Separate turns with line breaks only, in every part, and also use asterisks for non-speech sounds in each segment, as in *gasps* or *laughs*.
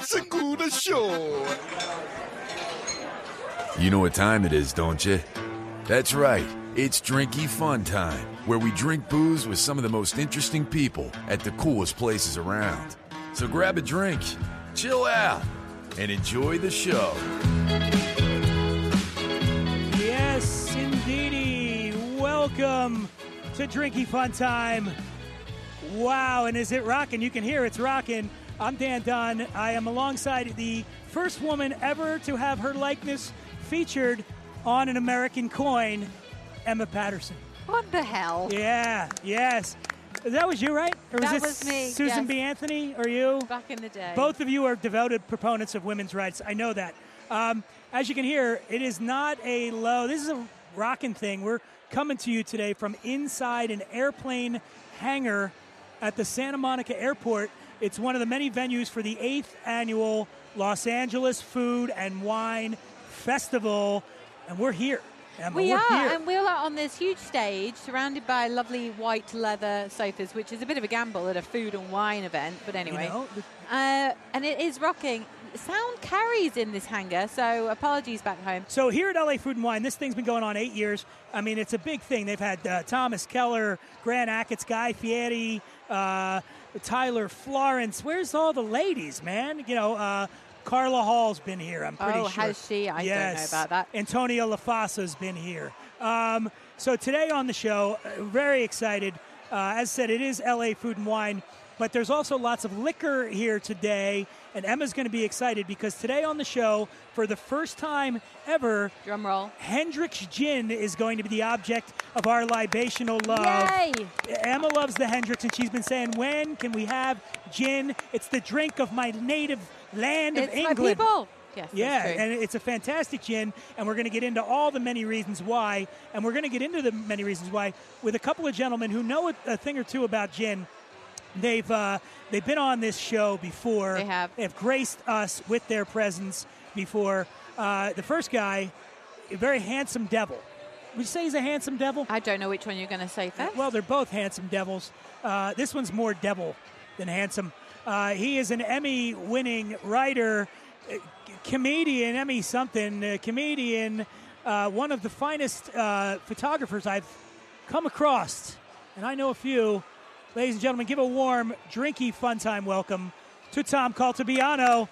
Segura Show.
You know what time it is, don't you? That's right. It's Drinky Fun Time, where we drink booze with some of the most interesting people at the coolest places around. So grab a drink, chill out, and enjoy the show.
Yes, indeedy. Welcome to Drinky Fun Time. Wow, and is it rocking? You can hear it's rocking. I'm Dan Dunn. I am alongside the first woman ever to have her likeness featured on an American coin, Emma Patterson.
What the hell?
Yeah, yes. That was you, right? Or
That
this
was me,
Susan
yes.
B. Anthony, or you?
Back in the day.
Both of you are devoted proponents of women's rights. I know that. Um, as you can hear, it is not a low. This is a rocking thing. We're coming to you today from inside an airplane hangar at the Santa Monica Airport. It's one of the many venues for the eighth annual Los Angeles Food and Wine Festival, and we're here. Emma,
We
are
are,
here.
and we're on this huge stage surrounded by lovely white leather sofas, which is a bit of a gamble at a food and wine event, but anyway.
know, the-
uh, and it is rocking. Sound carries in this hangar, so apologies back home.
So here at LA Food and Wine, this thing's been going on eight years. I mean, it's a big thing. They've had uh, Thomas Keller, Grant Ackett's, Guy Fieri, uh, Tyler Florence. Where's all the ladies, man? You know, uh, Carla Hall's been here. I'm pretty
Oh,
sure.
has she? I don't know
Yes.
about that.
Antonio Lafasa's been here. Um, so today on the show, uh, very excited. Uh, as said, it is LA Food and Wine, but there's also lots of liquor here today. And Emma's going to be excited because today on the show, for the first time ever,
Drum roll.
Hendrix Gin is going to be the object of our libational love.
Yay!
Emma loves the Hendrix, and she's been saying, "When can we have gin? It's the drink of my native land
It's
of
my
England."
people. Yes, that's
Yeah,
true.
and it's a fantastic gin, and we're going to get into all the many reasons why, and we're going to get into the many reasons why with a couple of gentlemen who know a, a thing or two about gin. They've uh, they've been on this show before.
They have.
They've graced us with their presence before. Uh, the first guy, a very handsome devil. Would you say he's a handsome devil?
I don't know which one you're going to say first.
Well, they're both handsome devils. Uh, this one's more devil than handsome. Uh, he is an Emmy winning writer, uh, c- comedian, Emmy something, uh, comedian, uh, one of the finest uh, photographers I've come across, and I know a few. Ladies and gentlemen, give a warm, drinky, fun time welcome to Tom Caltabiano.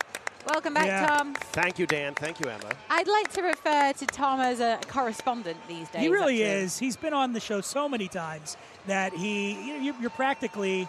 Welcome back,
yeah.
Tom.
Thank you, Dan. Thank you, Emma. Uh,
I'd like to refer to Tom as a correspondent these days.
He really
actually.
is. He's been on the show so many times that he, you- you- you're practically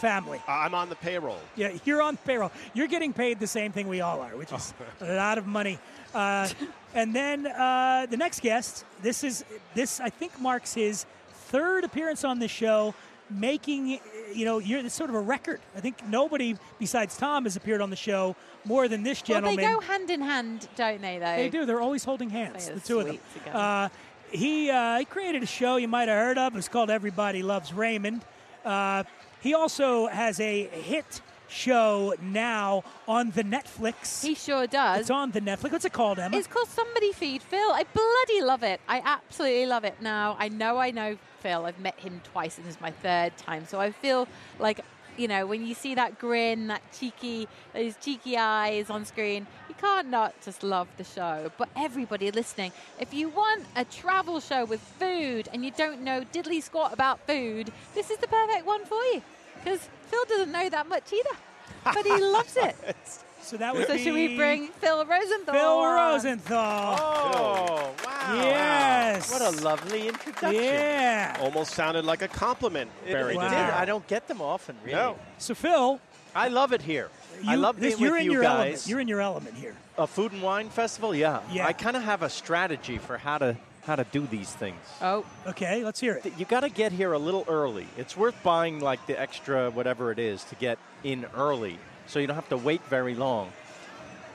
family.
I- I'm on the payroll.
Yeah, you're on payroll. You're getting paid the same thing we all are, which is a lot of money. Uh, and then uh, the next guest. This is this. I think marks his third appearance on the show, making you know you're it's sort of a record. I think nobody besides Tom has appeared on the show more than this
Well,
gentleman.
they go hand in hand, don't they, though?
They do. They're always holding hands,
They are
the two of them.
sweet together.
Uh, he, uh, he created a show you might have heard of. It's called Everybody Loves Raymond. Uh, he also has a hit show now on the Netflix.
He sure does.
it's on the Netflix. What's it called, Emma?
It's called Somebody Feed Phil. I bloody love it. I absolutely love it. Now, I know I know Phil. I've met him twice, and this is my third time. So I feel like, you know, when you see that grin, that cheeky, those cheeky eyes on screen, you can't not just love the show. But everybody listening, if you want a travel show with food and you don't know diddly squat about food, this is the perfect one for you. Because Phil doesn't know that much either. But he loves it.
*laughs* so that would
So
be
should we bring Phil Rosenthal?
Phil
on?
Rosenthal.
Oh, wow.
yes.
What a lovely introduction.
Yeah.
Almost sounded like a compliment,
It,
Barry.
it
Wow.
did.
did.
I don't get them often, really.
No.
So Phil,
I love it here.
you,
I love
this,
being
you're
with
in
you
your element.
guys.
You're in your element here.
a food and wine festival, yeah.
Yeah.
I kind of have a strategy for how to how to do these things.
Oh,
Okay, let's hear it.
Th- You got to get here a little early. It's worth buying like the extra whatever it is to get in early, so you don't have to wait very long.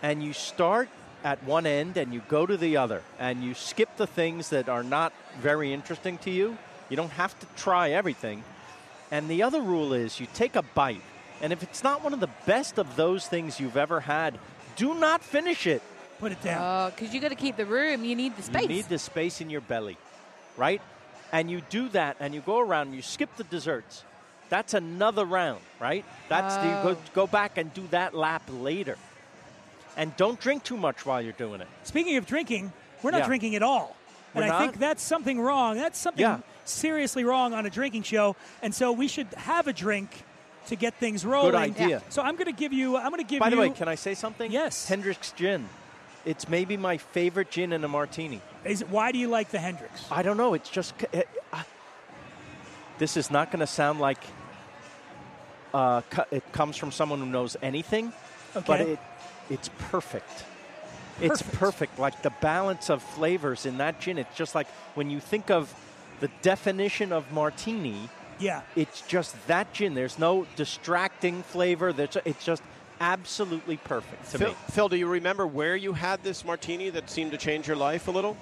And you start at one end and you go to the other, and you skip the things that are not very interesting to you. You don't have to try everything. And the other rule is you take a bite, and if it's not one of the best of those things you've ever had, do not finish it.
Put it down.
because uh, you got to keep the room. You need the space.
You need the space in your belly, right? And you do that, and you go around, and you skip the desserts. That's another round, right? That's the, you
Oh.
go, go back and do that lap later. and don't drink too much while you're doing it.
Speaking of drinking, we're not
Yeah.
drinking at all.
We're
and I
not?
think that's something wrong. That's something
Yeah.
seriously wrong on a drinking show. And so we should have a drink to get things rolling.
idea.
So I'm going to give you. I'm going to give
By
you.
the way, can I say something?
Yes.
Hendrix Gin. It's maybe my favorite gin in a martini.
is it, why do you like the Hendrix?
I don't know. It's just. c- It, I, this is not going to sound like uh, co- it comes from someone who knows anything, but
Okay.
it it's perfect. It's
Perfect.
perfect. Like the balance of flavors in that gin. It's just like when you think of the definition of martini,
Yeah.
it's just that gin. There's no distracting flavor. There's, it's just absolutely perfect to
Phil,
me.
Phil, do you remember where you had this martini that seemed to change your life a little?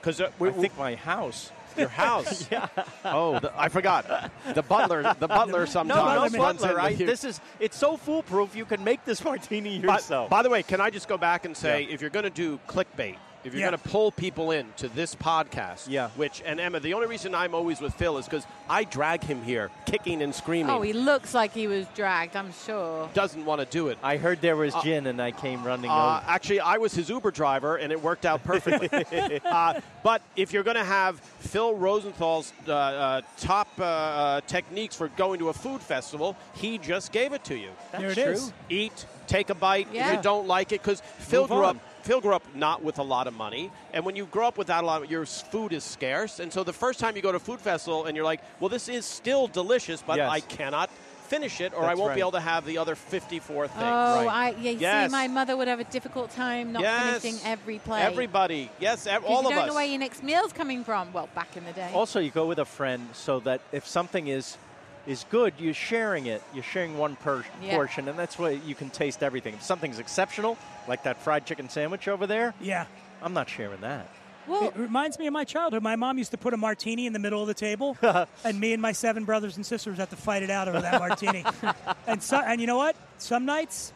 Because uh, we,
I think my house. *laughs*
your house. yeah. Oh, the, I forgot. The butler. The butler sometimes.
*laughs* No, no,
runs
butler.
into
I,
you.
this is it's so foolproof. You can make this *laughs* martini
By,
yourself.
by the way, can I just go back and say, if you're going to do clickbait, if you're
Yeah.
going to pull people in to this podcast,
Yeah.
which and Emma, the only reason I'm always with Phil is because I drag him here, kicking and screaming.
Oh, he looks like he was dragged, I'm sure.
doesn't want to do it.
I heard there was gin, and I came running
Uh,
over.
actually, I was his Uber driver, and it worked out perfectly.
*laughs*
uh, but if you're going to have Phil Rosenthal's uh, uh, top uh, uh, techniques for going to a food festival, he just gave it to you.
there it
That's
is.
true.
Eat, take a bite. If
Yeah.
you don't like it, because Phil
Move
grew up.
on.
Phil grew up not with a lot of money, and when you grow up without a lot, of, your s- food is scarce. And so the first time you go to a food festival, and you're like, "Well, this is still delicious, but
Yes.
I cannot finish it, or I
That's
won't
right.
be able to have the other 54 things."
Oh,
right.
I, yeah, you
Yes.
see, my mother would have a difficult time not
Yes.
finishing every plate.
Everybody, yes, ev-
'Cause
all
you
of
don't
us.
know where your next meal's coming from. Well, back in the day.
Also, you go with a friend so that if something is is good, you're sharing it. You're sharing one per-
Yeah.
portion, and that's why you can taste everything. If something's exceptional, like that fried chicken sandwich over there,
Yeah.
I'm not sharing that.
well,
It reminds me of my childhood. My mom used to put a martini in the middle of the
*laughs*
table, and me and my seven brothers and sisters had to fight it out over that
*laughs*
martini. and so, and you know what? Some nights,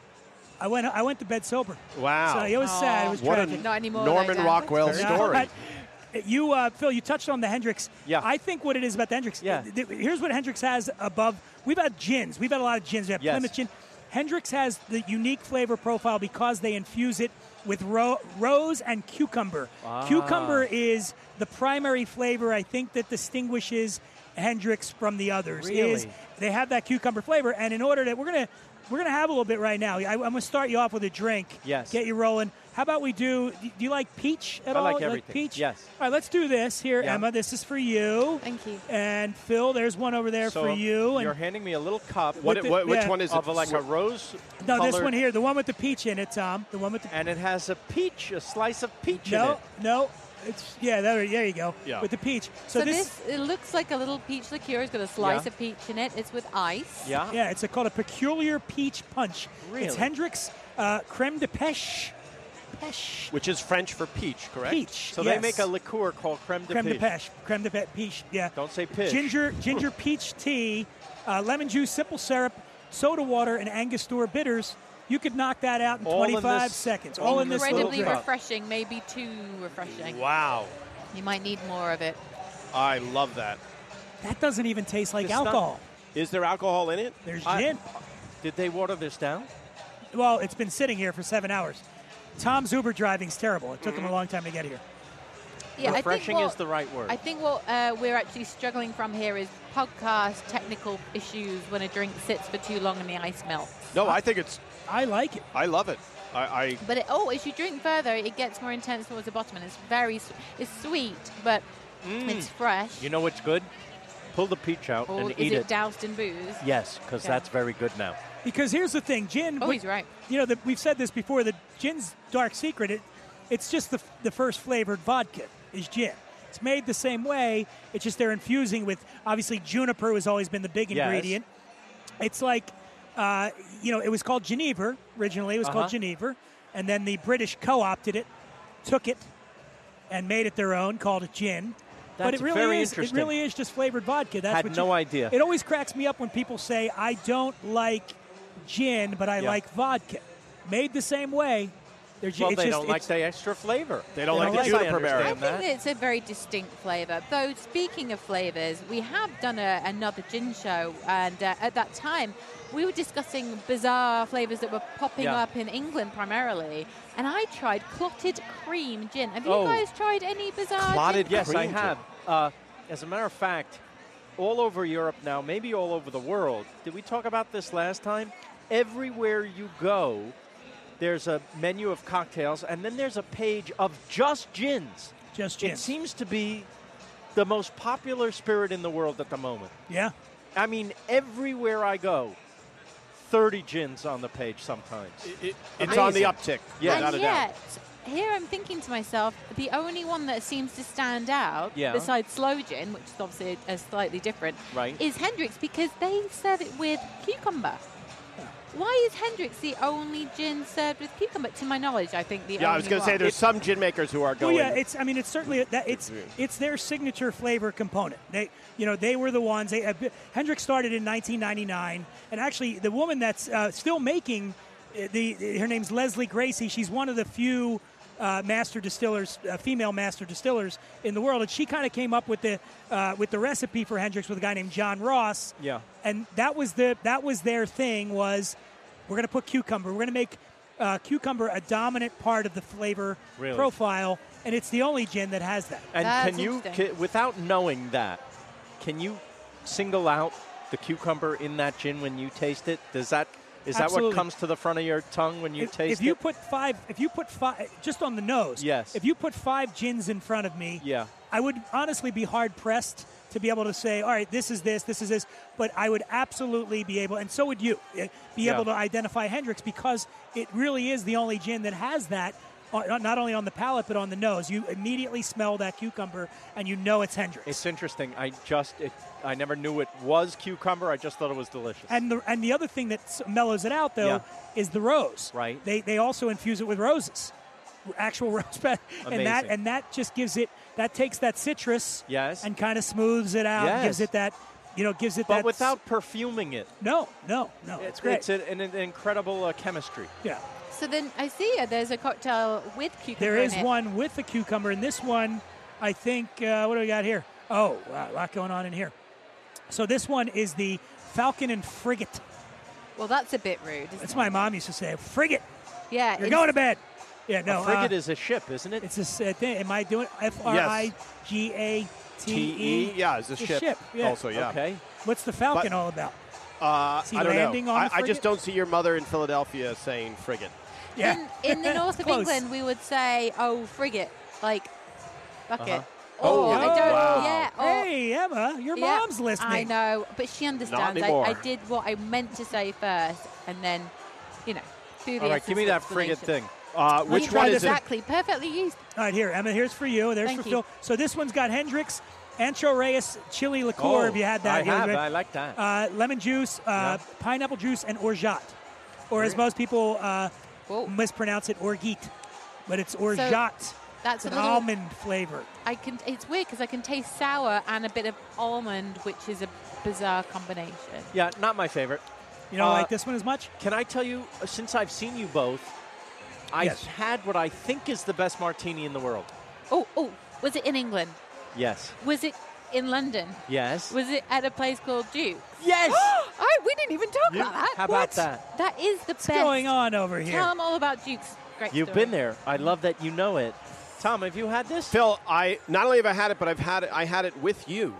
I went I went to bed sober.
Wow.
So it was sad. It was
What a
tragic.
not anymore. though,
Norman
Dan.
Rockwell
Yeah,
story.
but You, uh, Phil, you touched on the Hendrix.
Yeah.
I think what it is about the Hendrix.
Yeah.
th- th- Here's what Hendrix has above. We've had gins. We've had a lot of gins. We have
Yes.
Plymouth gin. Hendrix has the unique flavor profile because they infuse it with ro- rose and cucumber.
Ah.
Cucumber is the primary flavor I think that distinguishes Hendrix from the others. Is
Really?
they have that cucumber flavor, and in order to, we're gonna we're gonna have a little bit right now. I, I'm gonna start you off with a drink.
Yes.
Get you rolling. How about we do? Do you like peach at
I
all?
like everything.
peach.
Yes.
All right, let's do this here,
Yeah.
Emma. This is for you.
Thank you.
And Phil, there's one over there
so
for you. And
you're handing me a little cup.
What,
with
it-
the-
what- which
yeah.
one is
of
it?
like a rose?
no, this
colored-
one here, the one with the peach in it, Tom. The one with the
and it has a peach, a slice of peach in
no,
it.
no. It's yeah, there, there you go.
Yeah.
With the peach. So,
So this, it looks like a little peach liqueur. It's got a slice
Yeah.
of peach in it. It's with ice.
Yeah.
yeah, it's a, called a peculiar peach punch. It's
Ah. Really?
Hendrix uh, creme de peche, peche
which is French for peach, correct?
peach.
So they
yes.
make a liqueur called creme de
creme de
peach.
peche, creme de pe- peach. Yeah.
Don't say pish.
Ginger, ginger peach tea, uh, lemon juice, simple syrup, soda water, and Angostura bitters. You could knock that out in
All in
25
this-
seconds.
all
All
in
in this little
Incredibly
drink.
cup.
refreshing, maybe too refreshing.
Wow.
You might need more of it.
I love that.
That doesn't even taste like
It's not-
alcohol.
Is there alcohol in it?
There's
I-
gin.
Did they water this down?
Well, it's been sitting here for seven hours. Tom's Uber driving's terrible. It took
Mm-hmm.
him a long time to get here.
Yeah,
Refreshing
I think what,
is the right word.
I think what uh, we're actually struggling from here is podcast technical issues when a drink sits for too long and the ice melts.
No, I think it's.
I like it.
I love it. I. I
But it, oh, as you drink further, it gets more intense towards the bottom, and it's very su- it's sweet, but it's fresh.
Mm. you know what's good? Pull the peach out
or
and
is
eat
it,
it.
doused in booze?
Yes, because
Okay.
that's very good now.
Because here's the thing, gin.
Oh,
we-
he's right.
You know, the, we've said this before. The gin's dark secret. It, it's just the the first flavored vodka is gin. It's made the same way. It's just they're infusing with obviously juniper has always been the big
Yes.
ingredient. It's like, uh, you know, it was called Geneva originally. It was
Uh-huh.
called Geneva, and then the British co-opted it, took it, and made it their own, called it gin. but
That's
it really
very
is. It
interesting.
really is just flavored vodka. That's
Had
what
no
you-
idea.
It always cracks me up when people say I don't like gin, but I
Yeah.
like vodka. Made the same way, There's,
Well,
it's
they
just,
don't like
it's-
the extra flavor.
They don't like
the
Yes, I
juniper berry.
I
understand
think it's
that.
a very distinct flavour. Though, speaking of flavours, we have done a, another gin show, and uh, at that time, we were discussing bizarre flavours that were popping
Yeah.
up in England primarily. And I tried clotted cream gin. Have you
Oh.
guys tried any bizarre?
Clotted
gin?
Yes, I
cream gin.
have. Uh, as a matter of fact, all over Europe now, maybe all over the world. Did we talk about this last time? Everywhere you go, there's a menu of cocktails, and then there's a page of just gins.
Just gin.
It seems to be the most popular spirit in the world at the moment.
yeah.
I mean, everywhere I go, 30 gins on the page sometimes.
It- it's on the
Amazing.
uptick.
Yeah.
without
and
a doubt.
yet, here I'm thinking to myself, the only one that seems to stand out,
Yeah.
besides slow gin, which is obviously a, a slightly different,
Right.
is Hendrix because they serve it with cucumber. Why is Hendrix the only gin served with cucumber? To my knowledge, I think the only
Yeah, I was going to
one.
say there's some gin makers who are
Well,
going.
Oh, yeah, it's. I mean, it's certainly that it's it's their signature flavor component. They, you know, they were the ones. They, uh, Hendrix started in 1999, and actually, the woman that's uh, still making uh, the her name's Leslie Gracie. She's one of the few uh, master distillers, uh, female master distillers in the world, and she kind of came up with the uh, with the recipe for Hendrix with a guy named John Ross.
Yeah.
and that was the that was their thing was we're going to put cucumber. We're going to make uh, cucumber a dominant part of the flavor
Really?
profile, and it's the only gin that has that.
And
That's
can you,
interesting.
ca without knowing that, can you single out the cucumber in that gin when you taste it? Does that is that
Absolutely.
what comes to the front of your tongue when you
if,
taste
if you
it?
put five, if you put five, just on the nose.
Yes.
If you put five gins in front of me,
Yeah.
I would honestly be hard pressed to be able to say, all right, this is this, this is this. But I would absolutely be able, and so would you, eh, be
Yeah.
able to identify Hendrix because it really is the only gin that has that. on- Not only on the palate but on the nose, you immediately smell that cucumber and you know it's Hendrix.
It's interesting. I just it, I never knew it was cucumber. I just thought it was delicious.
And the and the other thing that s- mellows it out though
Yeah.
is the rose.
Right.
They they also infuse it with roses, *laughs* actual rose pet, and that
Amazing.
and that just gives it that takes that citrus.
Yes.
And kind of smooths it out. and Gives
Yes.
it that, you know, gives it
but
that.
without perfuming it,
No, no, no. It's great.
It's an, an, an incredible uh, chemistry.
yeah.
So then I see uh, there's a cocktail with cucumber.
There is
in it.
one with the cucumber, and this one, I think. Uh, what do we got here? Oh, wow, a lot going on in here. So this one is the Falcon and Frigate.
Well, that's a bit rude. Isn't
That's
it?
my mom used to say. Frigate,
Yeah,
you're
it's-
going to bed. Yeah, no.
a frigate
uh,
is a ship, isn't it?
It's this uh, thing. Am I doing F R I G A T E?
yeah, it's a
It's a
ship.
ship, yeah.
Also, yeah.
Okay.
What's the Falcon
But-
all about?
Uh,
Is he
I don't
landing
know.
on a
I, I just
frigate?
don't see your mother in Philadelphia saying frigate.
Yeah. *laughs*
In, in the north of
Close.
England, we would say, "Oh, frigate," like bucket.
Oh,
Or I
yeah.
don't.
Wow.
Yeah. Or,
Hey, Emma, your
Yeah,
mom's listening.
I know, but she understands. I, I
anymore.
did what I meant to say first, and then, you know, through the.
All right, give me that frigate thing.
Uh,
Which
which one is it?
exactly? Perfectly used.
All right, here, Emma, here's for you. There's
Thank
for
you.
Phil. So this one's got Hendrix, Ancho Reyes chili liqueur, if you had that.
Oh, I
the other
have.
day.
I like that.
uh, lemon juice, uh,
Yeah.
pineapple juice, and orgeat. Or as most people uh,
Whoa.
mispronounce it, orgeat. But it's orgeat.
That's
it's
a
an
little.
almond flavor.
I can. It's weird because I can taste sour and a bit of almond, which is a bizarre combination.
yeah, not my favorite.
You don't
Uh,
like this one as much?
Can I tell you, uh, since I've seen you both, I've
Yes.
had what I think is the best martini in the world.
Oh, oh, was it in England?
Yes.
Was it in London?
Yes.
Was it at a place called Duke?
yes.
*gasps* Oh, we didn't even talk about that.
How
What?
about that?
That is the
What's
best.
going on over here?
Tell them all about Duke's great
You've
story.
been there. I love that you know it. Tom, have you had this?
Phil, I not only have I had it, but I've had it. I had it with you,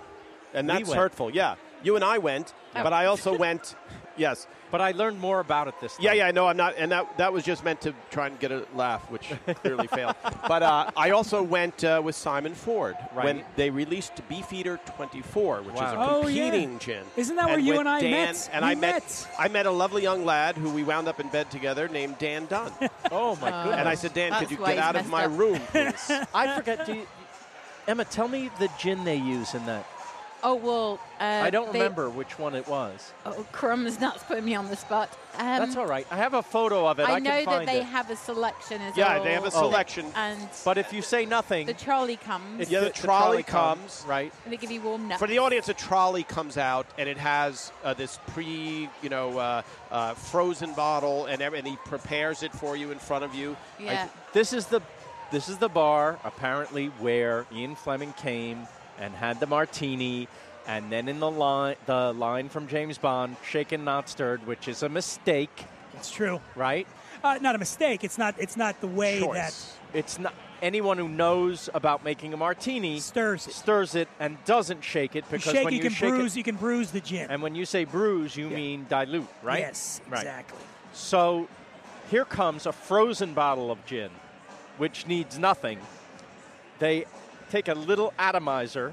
and
We
that's
went.
hurtful. Yeah, you and I went,
Oh.
Yeah.
but I
*laughs*
also went. Yes.
But I learned more about it this time.
Yeah, yeah, no, I'm not, and that that was just meant to try and get a laugh, which
*laughs*
clearly failed. But uh, I also went uh, with Simon Ford when
Right.
they released Beefeater 24, which is a
Wow.
Oh, yeah.
competing gin.
Isn't that where you
with
and I
Dan,
met?
And
We
I met,
met.
I met a lovely young lad who we wound up in bed together named Dan
*laughs*
Dunn.
Oh my
Uh,
goodness.
and I said, Dan,
That's
could you
why
get
he's
out of
messed
my
up. *laughs*
room, please?
I forgot. Do you, Emma, tell me the gin they use in that.
Oh well. Uh,
I don't
they-
remember which one it was.
Oh, crumbs! Nuts putting me on the spot. Um,
That's all right. I have a photo of it.
I
I, can
know that
find
they
it. Oh.
have a selection as
Yeah,
well.
they have
Oh.
a selection.
And
but if you say nothing,
the trolley comes.
if
Yeah, the trolley comes.
right?
and they give you warm nuts.
For the audience, a trolley comes out and it has uh, this pre, you know, uh, uh, frozen bottle, and, every, and he prepares it for you in front of you. I-
yeah.
This is the this is the bar apparently where Ian Fleming came and had the martini, and then in the line the line from James Bond, shaken not stirred, which is a mistake,
It's true.
right?
Uh, not a mistake. It's not. It's not the way
Choice.
It's not anyone who knows about making a martini
that stirs it.
stirs it and doesn't shake it
You
because
shake,
when
you
you
can
shake
bruise.
it,
You can bruise the gin.
and when you say bruise, you mean dilute, right?
Yes,
right.
exactly.
So here comes a frozen bottle of gin, which needs nothing. They take a little atomizer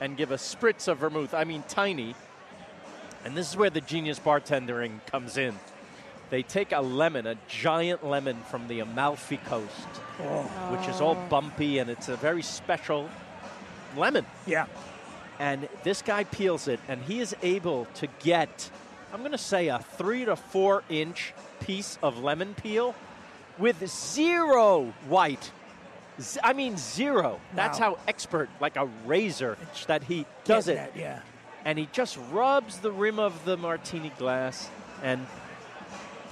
and give a spritz of vermouth, I mean tiny. And this is where the genius bartendering comes in. They take a lemon, a giant lemon from the Amalfi Coast, which is all bumpy and it's a very special lemon.
Yeah.
And this guy peels it, and he is able to get, I'm going to say, a three to four inch piece of lemon peel with zero white. Z- I mean, zero. That's
Wow.
how expert, like a razor, that he
Get
does it.
that, Yeah.
And he just rubs the rim of the martini glass and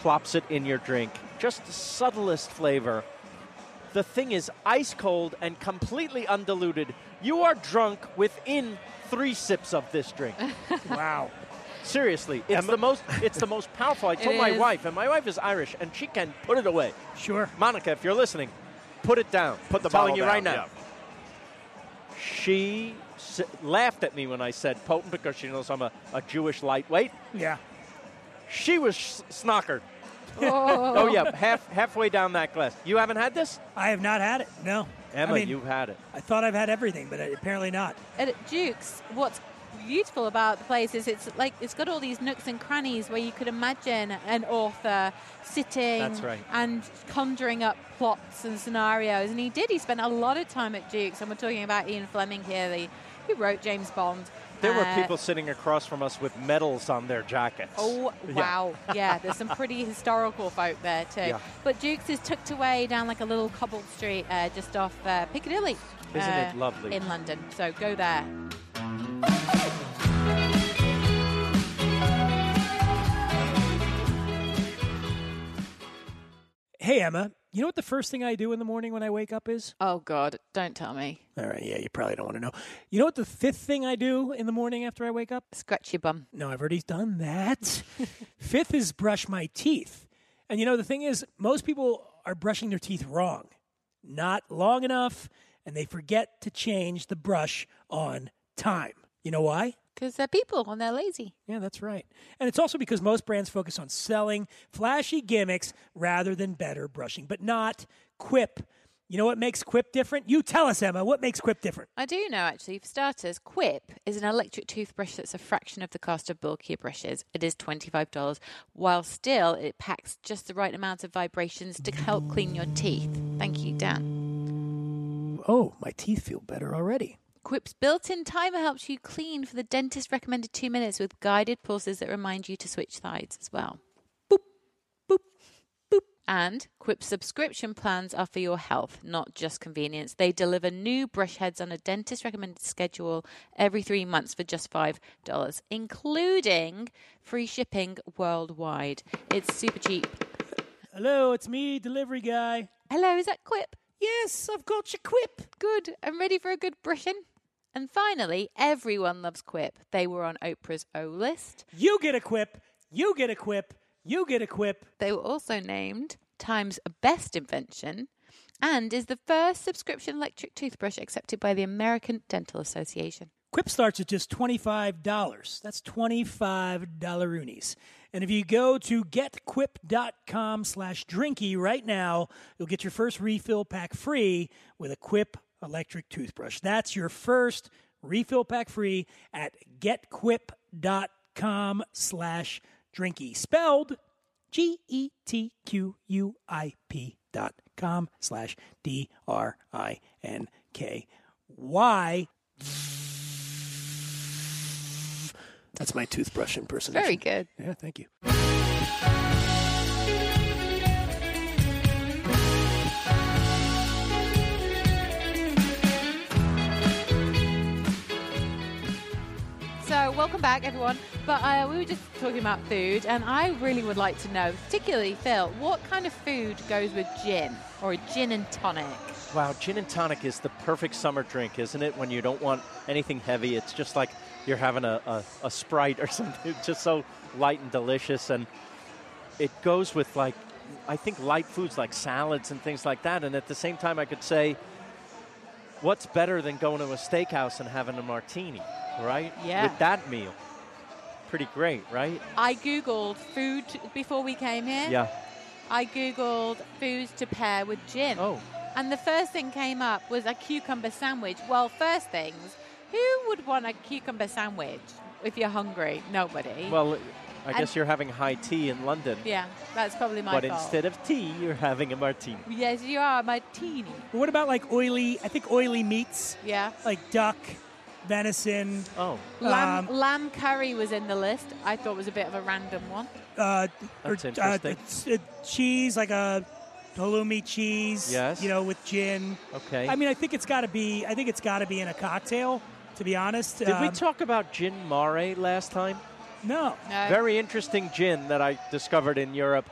plops it in your drink. Just the subtlest flavor. The thing is ice cold and completely undiluted. You are drunk within three sips of this drink.
Wow.
Seriously, it's the most. It's the most powerful. I told my
is.
wife, and my wife is Irish, and she can put it away.
Sure.
Monica, if you're listening, put it down.
Put the
I'm telling
bottle
you
down,
right now. She s- laughed at me when I said potent because she knows I'm a, a Jewish lightweight.
Yeah.
She was s- snockered.
*laughs* oh,
Oh yeah, half halfway down that glass. You haven't had this,
I have not had it. No.
Emma.
I mean,
you've had it.
I thought I've had everything, but apparently not.
And at Duke's, what's beautiful about the place is it's like it's got all these nooks and crannies where you could imagine an author sitting
That's right.
and conjuring up plots and scenarios. And he did. He spent a lot of time at Duke's, and we're talking about Ian Fleming here, the, who wrote James Bond.
There were
Uh,
people sitting across from us with medals on their jackets.
Oh
Yeah.
wow! Yeah, there's some pretty historical folk there too.
Yeah.
But Duke's is tucked away down like a little cobbled street uh, just off uh, Piccadilly.
Isn't
uh,
it lovely?
in London? So go there.
Hey, Emma. You know what the first thing I do in the morning when I wake up is?
Oh God! Don't tell me.
All right. Yeah. You probably don't want to know. You know what the fifth thing I do in the morning after I wake up?
Scratch your bum.
No, I've already done *laughs* that. Fifth is brush my teeth. And you know, the thing is, most people are brushing their teeth wrong, not long enough, and they forget to change the brush on time. You know why?
Because they're people and they're lazy.
Yeah, that's right. And it's also because most brands focus on selling flashy gimmicks rather than better brushing, but not Quip. You know what makes Quip different? You tell us, Emma, what makes Quip different?
I do know, actually. For starters, Quip is an electric toothbrush that's a fraction of the cost of bulkier brushes. It is $25, while still it packs just the right amount of vibrations to help clean your teeth. Thank you, Dan.
Oh, my teeth feel better already.
Quip's built in timer helps you clean for the dentist recommended two minutes with guided pulses that remind you to switch sides as well. Boop, boop, boop. And Quip's subscription plans are for your health, not just convenience. They deliver new brush heads on a dentist recommended schedule every three months for just $5, including free shipping worldwide. It's super cheap.
Hello, it's me, delivery guy.
Hello, is that Quip?
Yes, I've got your Quip.
Good. I'm ready for a good brushing. And finally, everyone loves Quip. They were on Oprah's O list.
You get a quip. You get a quip. You get a quip.
They were also named Time's Best Invention and is the first subscription electric toothbrush accepted by the American Dental Association.
Quip starts at just $25. That's $25 dollaroonies. And if you go to getquip.com slash drinky right now, you'll get your first refill pack free with a Quip electric toothbrush. That's your first refill pack free at getquip.com slash drinky. Spelled E G-E-T-Q-U-I-P dot com slash D-R-I-N-K-Y.
That's my toothbrush impersonation.
Very good.
Yeah, thank you.
So, welcome back, everyone. But uh, we were just talking about food, and I really would like to know, particularly Phil, what kind of food goes with gin or a gin and tonic?
Wow, gin and tonic is the perfect summer drink, isn't it? When you don't want anything heavy, it's just like you're having a, a, a Sprite or *laughs* something. It's just so light and delicious. And it goes with, like, I think light foods like salads and things like that. And at the same time, I could say, what's better than going to a steakhouse and having a martini, right?
Yeah.
With that meal. Pretty great, right?
I googled food before we came here.
Yeah.
I googled foods to pair with gin.
Oh.
And the first thing came up was a cucumber sandwich. Well, first things, who would want a cucumber sandwich if you're hungry? Nobody.
Well, I
And-
guess you're having high tea in London.
yeah, that's probably my
But
fault.
instead of tea, you're having a martini.
yes, you are martini.
But what about like oily? I think oily meats
Yeah.
like duck, venison,
Oh,
Lamb,
Um,
lamb curry was in the list. I thought was a bit of a random one.
uh, or,
That's interesting.
uh, it's, uh, cheese like a halloumi cheese.
Yes.
You know, with gin.
okay.
I mean, I think it's got to be. I think it's got to be in a cocktail. To be honest, Um,
Did we talk about gin mare last time?
no.
No.
Very interesting gin that I discovered in Europe.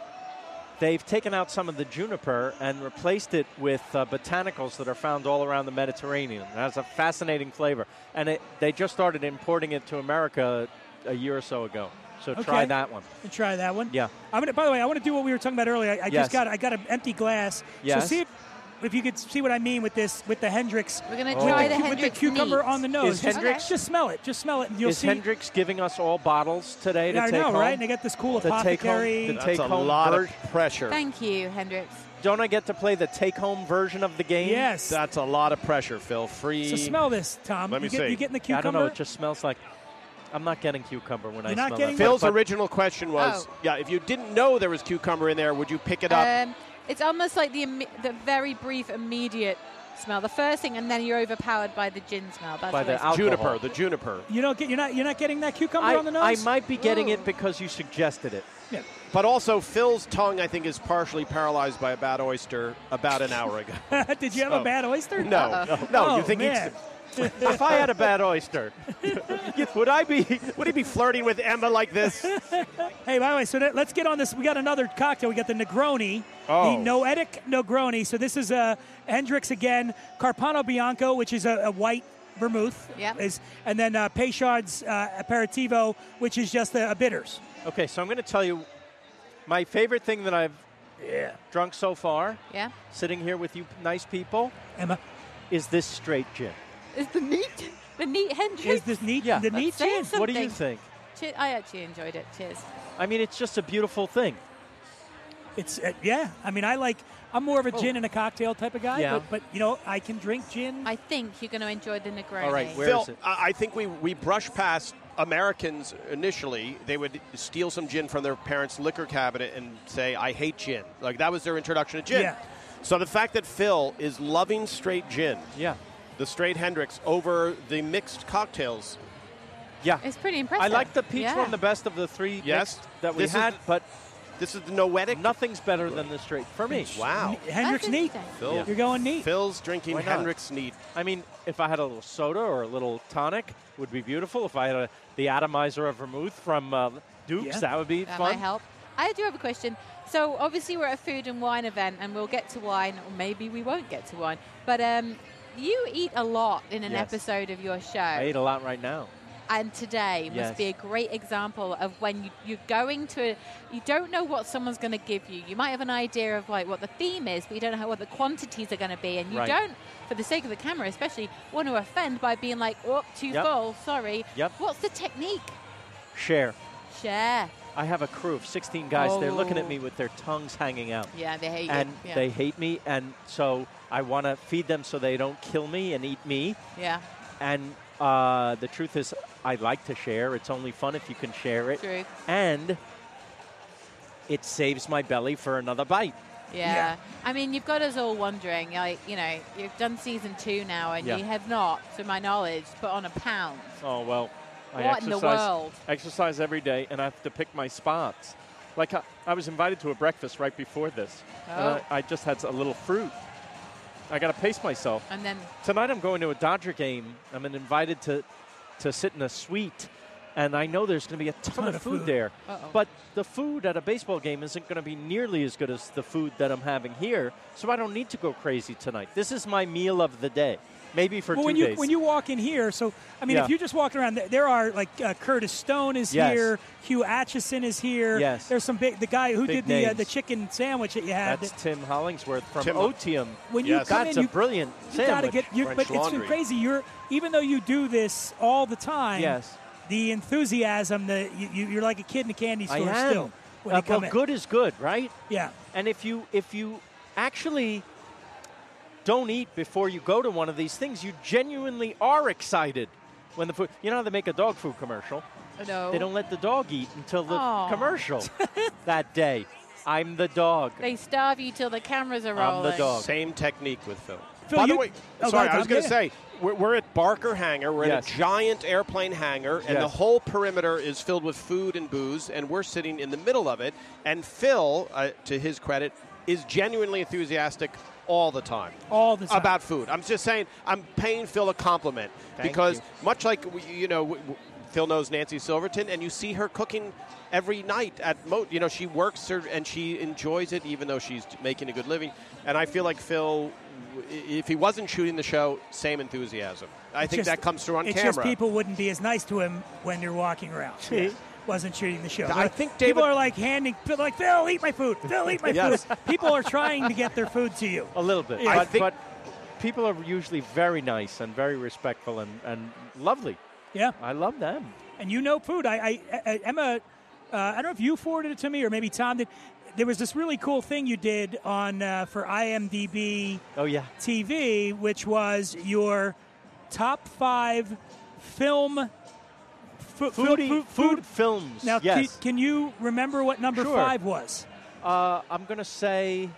They've taken out some of the juniper and replaced it with uh, botanicals that are found all around the Mediterranean. It has a fascinating flavor. And it, they just started importing it to America a year or so ago. So try
Okay.
that one.
And try that one.
Yeah.
I'm gonna. By the way, I want to do what we were talking about earlier. I, I
Yes.
just got. I got an empty glass. So
Yes.
see if, if you could see what I mean with this with the Hendrix.
We're gonna
Oh.
try
with
the
cu-
Hendrix
with the cucumber
meat.
on the nose.
Is
just,
Hendrix- Okay.
just smell it. Just smell it, and you'll
Is
see.
Hendrix giving us all bottles today to
yeah, I
take
know,
home?
right? And they got this cool
The take home-
apothecary.
the-
That's
Take
a
home
lot
version.
of pressure.
Thank you, Hendrix.
Don't I get to play the take-home version of the game?
yes.
That's a lot of pressure, Phil. Free.
So smell this, Tom.
Let me
you get,
see.
You getting the
Yeah, I
cucumber?
don't know. It just smells like. I'm not getting cucumber when I
You're not
smell
getting
that.
Phil's
But- but
original question was,
Oh.
yeah, if you didn't know there was cucumber in there, would you pick it up?
Um, it's almost like the imme- the very brief, immediate smell. The first thing, and then you're overpowered by the gin smell. That's
By
what
the
it's-
alcohol.
juniper, the juniper.
you don't get. You're not. You're not getting that cucumber
I,
on the nose.
I might be getting
Ooh.
it because you suggested it.
Yeah.
But also, Phil's tongue, I think, is partially paralyzed by a bad oyster about an hour ago.
*laughs* Did you have a
So-
bad oyster?
Oh. No, no, no.
Oh,
you think
man.
he's.
if I had a bad oyster, *laughs*
Would I be? *laughs* Would he be flirting with Emma like this?
Hey, by the way, so that, let's get on this. We got another cocktail. We got the Negroni,
Oh.
the Noetic Negroni. So this is uh, Hendrix again, Carpano Bianco, which is a, a white vermouth,
Yep.
is, and then uh, Peychaud's uh, Aperitivo, which is just a, a bitters.
okay. So I'm going to tell you my favorite thing that I've drunk so far,
yeah.
sitting here with you nice people,
Emma,
is this straight gin.
Is the meat the meat Hendrix?
is this neat?
Yeah.
The
That's
neat
saying
gin?
something.
What do you think?
Che- I actually enjoyed it. Cheers.
I mean, it's just a beautiful thing.
It's uh, yeah. I mean, I like. I'm more of a gin and a cocktail type of guy.
Oh. Yeah.
But, but you know, I can drink gin.
I think you're going to enjoy the Negroni.
All right, where-
Phil,
is it?
I I think we we brush past Americans initially. They would steal some gin from their parents' liquor cabinet and say, "I hate gin." Like that was their introduction to gin.
Yeah.
So the fact that Phil is loving straight gin,
Yeah.
the straight Hendrix over the mixed cocktails.
Yeah.
it's pretty impressive.
I like the peach
Yeah.
one the best of the three
Yes.
mixed that we
This is
had,
the-
but
This is the noetic.
nothing's better than the straight for me.
Wow.
Hendrix
That's
neat.
interesting.
Phil,
You're going neat.
Phil's drinking
Why not?
Hendrix neat.
I mean, if I had a little soda or a little tonic, would be beautiful. If I had a, the atomizer of vermouth from uh, Duke's,
Yeah.
that would be
That
fun.
might help. I do have a question. So obviously we're at a food and wine event, and we'll get to wine, or maybe we won't get to wine. But um, you eat a lot in an
Yes.
episode of your show,
I eat a lot right now.
and today must
Yes.
be a great example of when you, you're going to, a, you don't know what someone's going to give you. You might have an idea of like what the theme is, but you don't know how, what the quantities are going to be, and you
Right.
don't, for the sake of the camera especially, want to offend by being like, oh, too
Yep.
full, sorry.
Yep.
What's the technique?
Share.
Share.
I have a crew of 16 guys. They're looking at
Oh.
me with their tongues hanging out.
Yeah, they hate
And
it. Yeah.
they hate me, and so I want to feed them so they don't kill me and eat me.
yeah.
And uh, the truth is, I like to share. It's only fun if you can share it.
True.
And it saves my belly for another bite.
Yeah. I mean, you've got us all wondering, like, you know, you've done season two now and
Yeah.
you have not, to my knowledge, put on a pound.
Oh, well,
I
What in the
exercise,
world?
exercise every day, and I have to pick my spots. Like I, I was invited to a breakfast right before this. and
Oh.
I, I just had a little fruit. I got to pace myself.
And then
Tonight I'm going to a Dodger game. I'm been invited to to sit in a suite, and I know there's going to be a ton,
Ton
of,
of
food,
food.
there.
Uh-oh.
But the food at a baseball game isn't going to be nearly as good as the food that I'm having here, so I don't need to go crazy tonight. This is my meal of the day, maybe for
Well,
two
when you
days.
when you walk in here, so I mean,
Yeah.
if you just walk around, th- there are like uh, Curtis Stone is
Yes.
here, Hugh Atchison is here.
Yes.
there's some big the guy who
Big
did the uh,
names.
the chicken sandwich that you had.
That's Tim Hollingsworth from
Tim-
Otium.
when
Yes.
you come
That's
in,
a
you,
brilliant
you gotta
sandwich.
get. You,
French
but it's been
laundry.
crazy. You're even though you do this all the time.
Yes.
the enthusiasm, the you- you, you're like a kid in a candy
I
store
am.
still when
Uh,
you come
well,
in.
good is good, right?
Yeah,
And if you if you actually don't eat before you go to one of these things, you genuinely are excited when the food. You know how they make a dog food commercial?
oh no,
They don't let the dog eat until the
Aw.
*laughs*
commercial that day. I'm the dog.
They starve you till the cameras are
I'm the
rolling.
dog.
Same technique with Phil.
Phil,
By the
you-
way,
Oh,
sorry,
go
I
ahead,
was
Tom.
going to
Yeah.
say we're, we're at Barker Hangar. We're
Yes.
in a giant airplane hangar, and
Yes.
the whole perimeter is filled with food and booze, and we're sitting in the middle of it. And Phil, uh, to his credit, is genuinely enthusiastic all the time.
all the time.
about food. I'm just saying, I'm paying Phil a compliment
Thank
because
you.
much like we- you know, w- w- Phil knows Nancy Silverton, and you see her cooking every night at Mo. You know, she works her and she enjoys it, even though she's making a good living. And I feel like Phil, w- i- if he wasn't shooting the show, same enthusiasm. I think
Just-
that comes through on
it's
camera.
just people wouldn't be as nice to him when you're walking around. Yeah. Wasn't shooting the show.
I think
people
David-
are like handing, people are like Phil, eat my food. Phil, eat my
*laughs* Yes.
food. People are trying to get their food to
*laughs*
you.
A little bit.
Yeah.
I
But,
think-
but people are usually very nice and very respectful and, and lovely.
Yeah,
I love them.
and you know food. I, I, I Emma, uh, I don't know if you forwarded it to me or maybe Tom did. There was this really cool thing you did on uh, for IMDb
Oh, yeah.
TV, which was your top five film. Fu- fil-
Foodie,
fu-
food, films.
Now,
yes.
can, can you remember what number
Sure.
five was?
uh, I'm going to say,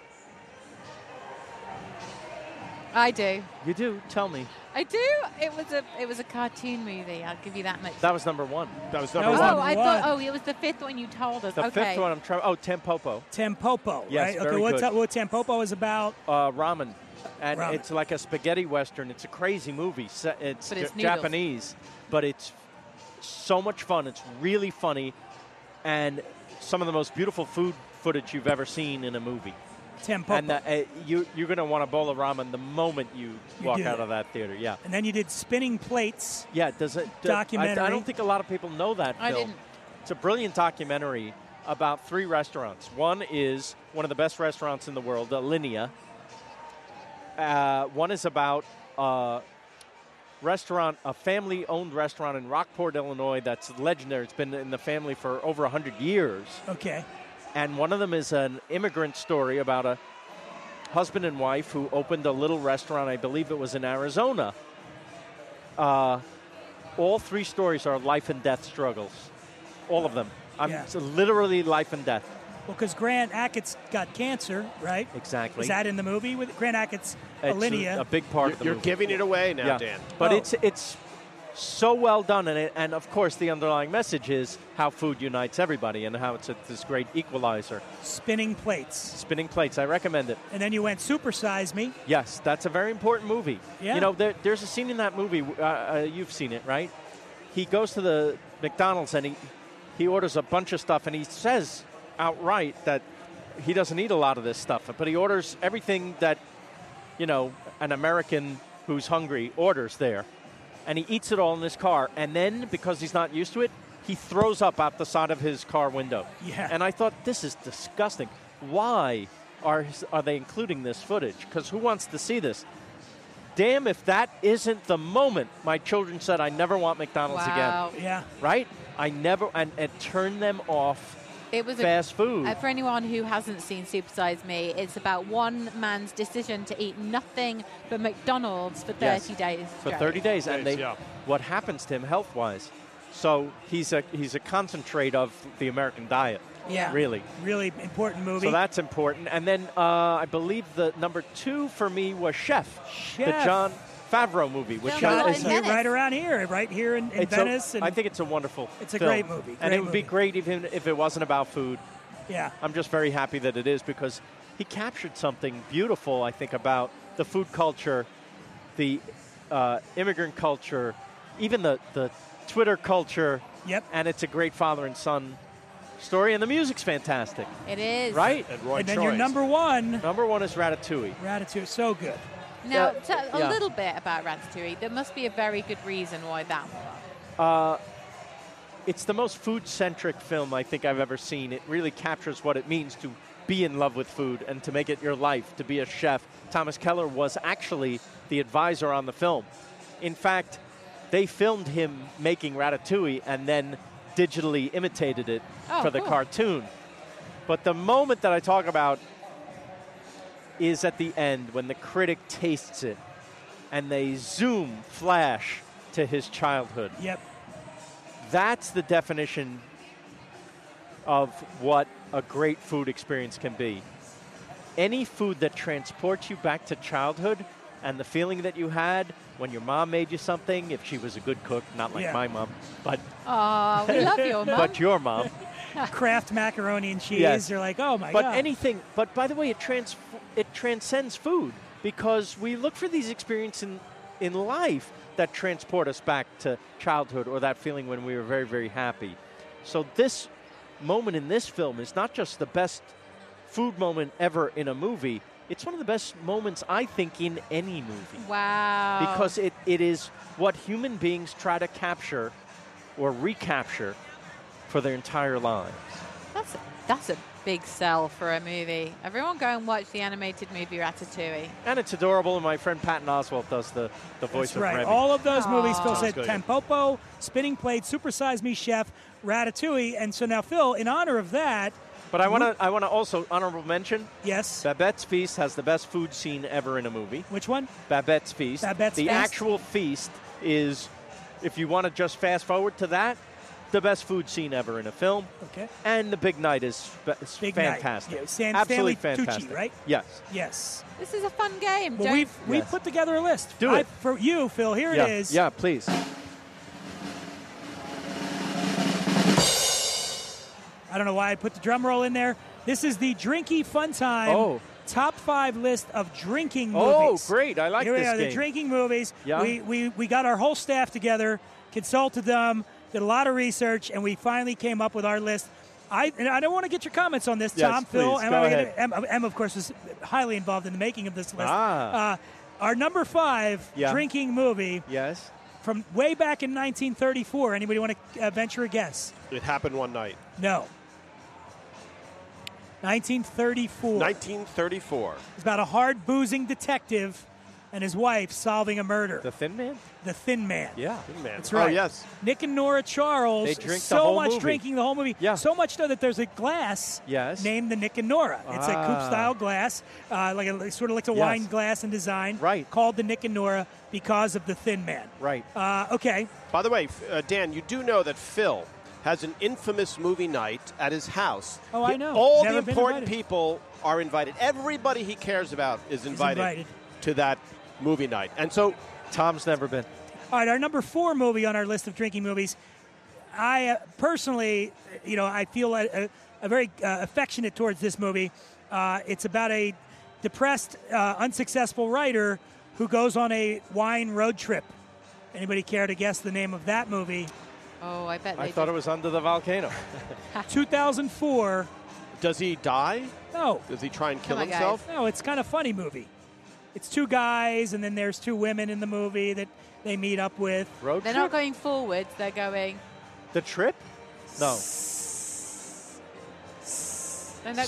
I do.
you do, tell me.
I do. It was a it was a cartoon movie. I'll give you that much.
That was number one.
that was
No,
number
oh,
one.
Number
I
one.
thought. Oh, it was the fifth one you told us.
The
okay.
fifth one I'm trying. Oh, Tempopo,
Tampopo,
Yes,
right?
very
okay, what,
good.
ta- what Tampopo is about?
uh, ramen, and
Ramen.
it's like a spaghetti western. It's a crazy movie. Se- It's,
But it's
Ja-
noodles.
Japanese, but it's so much fun. It's really funny, and some of the most beautiful food footage you've ever seen in a movie.
Tampopo.
And uh, uh, you, you're going to want a bowl of ramen the moment you
You
walk
do
out
that.
of that theater. Yeah.
And then you did spinning plates.
Yeah, does it? do- I- I,
Documentary.
don't think a lot of people know that.
I
Phil.
didn't.
It's a brilliant documentary about three restaurants. One is one of the best restaurants in the world, uh, Linea. Uh, one is about a restaurant, a family-owned restaurant in Rockport, Illinois, that's legendary. It's been in the family for over hundred years
Okay.
and one of them is an immigrant story about a husband and wife who opened a little restaurant. I believe it was in Arizona. Uh, all three stories are life and death struggles, all of them. I'm
Yeah.
it's literally life and death.
Well, because Grant Ackett's got cancer, right?
Exactly.
Is that in the movie with Grant Ackett's
It's a-
Alinea?
a, big part
You're,
of the
you're
movie.
giving it away now, Dan.
But
Oh.
it's it's so well done, and it, and of course the underlying message is how food unites everybody and how it's a, this great equalizer.
spinning plates.
Spinning plates, I recommend it.
And then you went supersize me.
Yes, that's a very important movie.
Yeah.
You know, there, there's a scene in that movie. Uh, uh, you've seen it, right? He goes to the McDonald's and he he orders a bunch of stuff, and he says outright that he doesn't eat a lot of this stuff, but he orders everything that you know an American who's hungry orders there, and he eats it all in his car. And then because he's not used to it, he throws up out the side of his car window.
Yeah.
And I thought this is disgusting. Why are are they including this footage? Because who wants to see this? Damn, if that isn't the moment my children said, I never want McDonald's
Wow.
again.
Yeah.
Right? I never, and it turned them off
It was
fast
a,
food.
Uh, for anyone who hasn't seen Supersize Me, it's about one man's decision to eat nothing but McDonald's for 30
Yes.
days.
for
straight.
30 days, and
Days,
they,
yeah.
what happens to him health wise. So he's a he's a concentrate of the American diet.
Yeah.
really.
Really important movie.
So that's important. And then uh, I believe the number two for me was Chef,
Chef.
the John Favreau movie was
Filmed
shot
lot
Shot
in
in
here,
Venice.
right around here, right here in, in
It's a-
Venice. and
I think it's a wonderful.
It's a
film.
great movie,
and
great
it would be
movie.
great even if it wasn't about food.
yeah,
I'm just very happy that it is because he captured something beautiful. I think about the food culture, the uh, immigrant culture, even the the Twitter culture.
Yep.
And it's a great father and son story, and the music's fantastic,
It is.
right?
And Roy
and then
Choi's.
your number one,
Number one is Ratatouille.
Ratatouille, so good.
Now,
Yeah.
tell a
Uh, Yeah.
little bit about Ratatouille. There must be a very good reason why that
it's the most food-centric film I think I've ever seen. It really captures what it means to be in love with food and to make it your life, to be a chef. Thomas Keller was actually the advisor on the film. In fact, they filmed him making Ratatouille and then digitally imitated it
Oh,
for the
cool.
cartoon. But the moment that I talk about is at the end when the critic tastes it and they zoom flash to his childhood
Yep.
that's the definition of what a great food experience can be. Any food that transports you back to childhood and the feeling that you had when your mom made you something, if she was a good cook, not like
Yeah.
my mom, but
Oh,
*laughs*
we love your mum.
but your mom.
Kraft macaroni and cheese.
Yes.
You're like, oh my
but
god.
anything. But by the way, it trans it transcends food because we look for these experiences in, in life that transport us back to childhood or that feeling when we were very very happy. So this moment in this film is not just the best food moment ever in a movie. It's one of the best moments I think in any movie
wow.
because it, it is what human beings try to capture or recapture for their entire lives.
that's a, that's a big sell for a movie. Everyone go and watch the animated movie Ratatouille.
And it's adorable, and my friend Patton Oswalt does the, the voice
That's
of
right.
Remy.
All of those movies, Phil
Aw.
said Tempopo, Spinning Plate, Super Size Me Chef, Ratatouille. And so now, Phil, in honor of that,
but I want to I want to also honorable mention
yes.
Babette's Feast has the best food scene ever in a movie.
which one?
Babette's Feast.
Babette's
the
Feast.
actual feast is, if you want to just fast forward to that, the best food scene ever in a film.
Okay.
And the big night is, sp- is
Big Night.
fantastic.
Yeah, Stan-
Absolutely
Stanley Tucci,
fantastic.
right?
Yes.
Yes.
This is a fun game.
Well,
Don't-
we've we
Yes.
put together a list.
Do
I-
it.
for you, Phil. Here
yeah.
it is.
Yeah, please.
I don't know why I put the drum roll in there. This is the Drinky Fun Time
Oh.
top five list of drinking
Oh,
movies.
great. I like
Here we
this
are,
game.
the drinking movies.
Yeah.
We, we, we got our whole staff together, consulted them, did a lot of research, and we finally came up with our list. I, and I don't want to get your comments on this,
Yes,
Tom, Phil,
please,
Em,
go
I mean,
ahead.
Em, Em, of course, was highly involved in the making of this list.
Ah.
Uh, our number five
Yeah.
drinking movie
Yes.
from way back in 1934. Anybody want to uh, venture a guess?
It happened one night.
No. 1934.
1934.
It's about a hard boozing detective and his wife solving a murder.
The
The,
Thin Man?
Thin Man.
Yeah.
Good man.
That's right.
Oh, yes.
Nick and Nora Charles.
They drink the
so
whole
much
movie.
drinking the whole movie.
Yeah.
So much so that there's a glass
Yes.
named the Nick and Nora. It's a coupe
Ah.
style glass, uh, like a, sort of like a
Yes.
wine glass in design.
Right.
Called the Nick and Nora because of the Thin Man.
Right.
Uh, okay.
By the way, f- uh, Dan, you do know that Phil has an infamous movie night at his house.
Oh, I
He-
know.
All
Never
the
been
important
invited.
people are invited. Everybody he cares about is invited,
invited.
to that movie night. And so,
Tom's never been.
All right, our number four movie on our list of drinking movies. I uh, personally, you know, I feel a, a, a very uh, affectionate towards this movie. Uh, it's about a depressed, uh, unsuccessful writer who goes on a wine road trip. Anybody care to guess the name of that movie?
oh, I bet they
I thought
do.
it was under
*laughs*
the volcano.
2004.
does he die?
No,
Does he try and kill
Come on, guys.
himself?
no, it's kind of funny movie. It's two guys, and then there's two women in the movie that they meet up with.
Road
They're
trip?
not going forwards. They're going.
the trip? No.
they're not Going,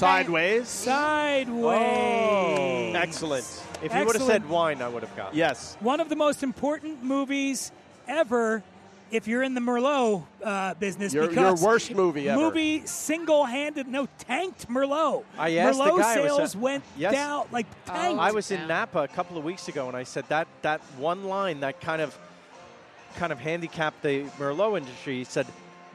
Sideways.
Sideways.
Oh, Excellent.
If you would have
Excellent.
said wine, I would have gotten. it.
Yes.
one of the most important movies ever if you're in the Merlot uh, business.
Your- your
because
worst movie ever.
Movie single-handed, no, tanked Merlot.
Ah,
I asked the
Merlot
guy, I was,
sales
uh,
went
yes.
down, like
Uh,
Oh.
tanked.
I was in
Yeah.
Napa a couple of weeks ago, and I said that that one line that kind of kind of handicapped the Merlot industry. He said,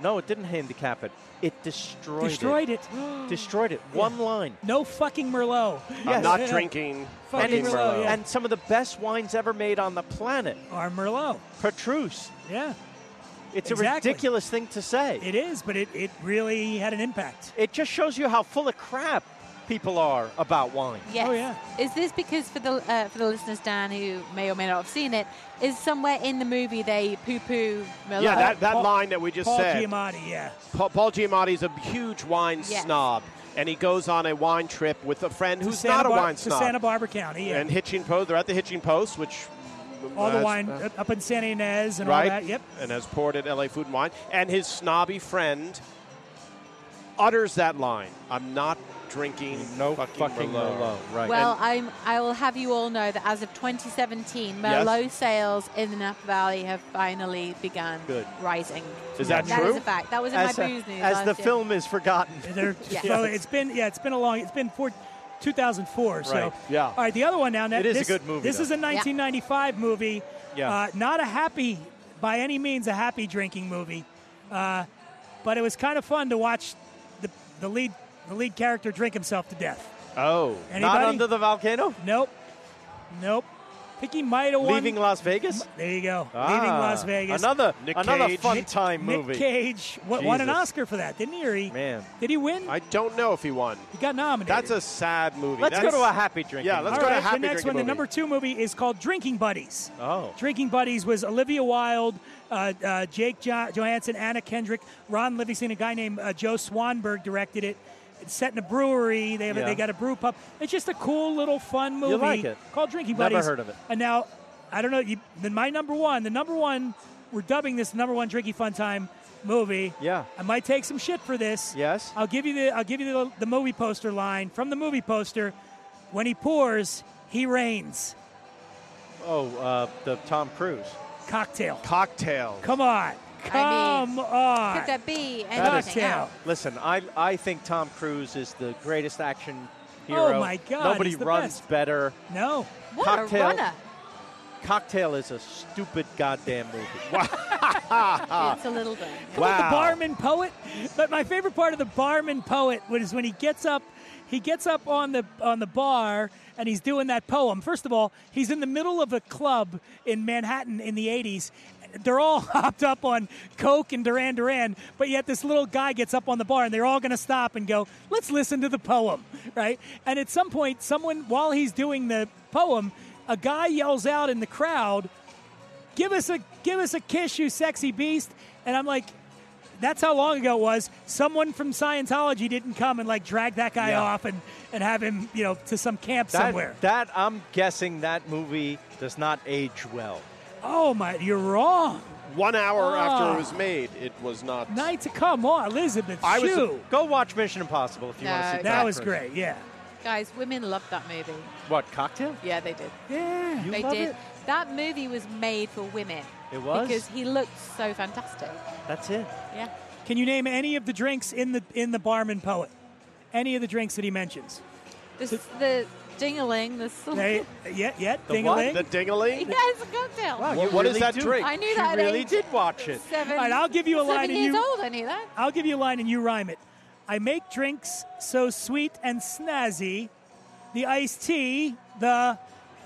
No, it didn't handicap it. It destroyed,
Destroyed it.
it. *gasps* Destroyed it. One line.
No fucking Merlot.
I'm not drinking.
Fucking
and, it's-
Merlot, yeah.
and some of the best wines ever made on the planet.
Our Merlot.
Petrus.
Yeah,
It's
Exactly.
a ridiculous thing to say.
it is, but it, it really had an impact.
it just shows you how full of crap people are about wine.
Yes.
Oh, yeah.
Is this because for the uh, for the listeners, Dan, who may or may not have seen it, is somewhere in the movie they poo poo Merlot?
Yeah, that, that
Paul-
line that we just
Paul
said.
Giamatti, yeah.
Paul, Paul Giamatti's a huge wine
Yes.
snob, and he goes on a wine trip with a friend
To
who's
Santa
not a
Bar-
wine
to
snob.
Santa Barbara County, yeah.
and Hitching Post, they're at the Hitching Post, which
all the
has-
wine up- up in Santa Ynez and all
right?
that. Yep.
And has poured at LA Food and Wine, and his snobby friend utters that line: "I'm not drinking
No
fucking,
fucking
Merlot."
Merlot, right.
Well, I'm, I will have you all know that as of 2017,
Yes.
Merlot sales in the Napa Valley have finally begun
Good.
rising.
Is that
That
true?
is a fact. That was in
as
my
a-
booze news.
as
last
the
year.
film is forgotten.
*laughs*
They're,
Yes.
So it's been yeah, it's been a long. It's been four, 2004. So
Right.
Yeah.
All right, the other one now. Nat,
It is a
this-
good movie,
This is a
though.
1995 movie.
Yeah.
Uh, not a happy, by any means, a happy drinking movie, uh, but it was kind of fun to watch the the lead the lead character drink himself to death.
Oh, not
Anybody?
under the volcano?
Nope. Nope. I think he might have won.
Leaving Las Vegas?
There you go. Leaving
Ah,
Las Vegas.
Another
Nick
another
Cage.
fun
Nick-
time
Nick
movie.
Cage wa- won an
Jesus.
Oscar for that, didn't he? Or he
Man.
Did he win?
I don't know if he won.
he got nominated.
That's a sad movie.
Let's
That's-
go to a happy drink.
Yeah, let's
All
go to
right,
happy
the next
drinking
one,
movie.
the number two movie, is called Drinking Buddies.
Oh.
Drinking Buddies was Olivia Wilde, uh, uh, Jake jo- Johansson, Anna Kendrick, Ron Livingston, a guy named uh, Joe Swanberg directed it. It's set in a brewery. They have
Yeah.
they got a brew pub. It's just a cool little fun movie
like it.
called Drinking
Never
Buddies.
heard of it.
And now, I don't know. You, then my number one, the number one, we're dubbing this the number one Drinking Fun Time movie.
Yeah.
I might take some shit for this.
Yes.
I'll give you the I'll give you the, the movie poster line from the movie poster. When he pours, he rains.
Oh, uh, the Tom Cruise.
Cocktail.
cocktail.
Come on.
I
Come
mean,
on.
Could that be
is-
anything
Cocktail.
else?
Listen, I I think Tom Cruise is the greatest action
Oh,
hero.
my God,
Nobody
he's the
runs
best.
better.
No.
What
Cocktail.
a runner!
Cocktail is a stupid goddamn movie. Ah.
it's a little bit.
But the barman poet. But my favorite part of the barman poet was when he gets up. He gets up on the on the bar and he's doing that poem. First of all, he's in the middle of a club in Manhattan in the 80s. They're all *laughs* hopped up on Coke and Duran Duran, but yet this little guy gets up on the bar and they're all going to stop and go, "Let's listen to the poem," *laughs* right? And at some point, someone while he's doing the poem, a guy yells out in the crowd, give us a give us a kiss, you sexy beast. And I'm like, that's how long ago it was. Someone from Scientology didn't come and like drag that guy
Yeah.
off and, and have him, you know, to some camp
That-
somewhere.
That I'm guessing that movie does not age well.
oh my, you're wrong.
One hour after
Ah.
it was made, it was not.
Night to come on, Elizabeth.
I was-
Shue.
Go watch Mission Impossible if you want to
No,
see.
That
that
Tom
was
Cruise.
great. Yeah.
Guys, women loved that movie.
What cocktail?
Yeah, they did.
Yeah.
You
they
love
did.
it?
That movie was made for women.
It was?
because he looked so fantastic.
That's it.
Yeah.
Can you name any of the drinks in the in the barman poet? Any of the drinks that he mentions?
This, the dingaling, the sl-
They,
*laughs*
yet, yet,
The
ding a
what?
ling.
The ding-a-ling?
yeah, it's a cocktail.
Wow,
What-
Oh, you
what is
really
that
do.
drink?
I knew
You
that. at
*laughs* really
age
did watch it.
Seven,
All right, I'll give you a line
Seven
and
years
you-
old, I knew that.
I'll give you a line and you rhyme it. I make drinks so sweet and snazzy. The iced tea, the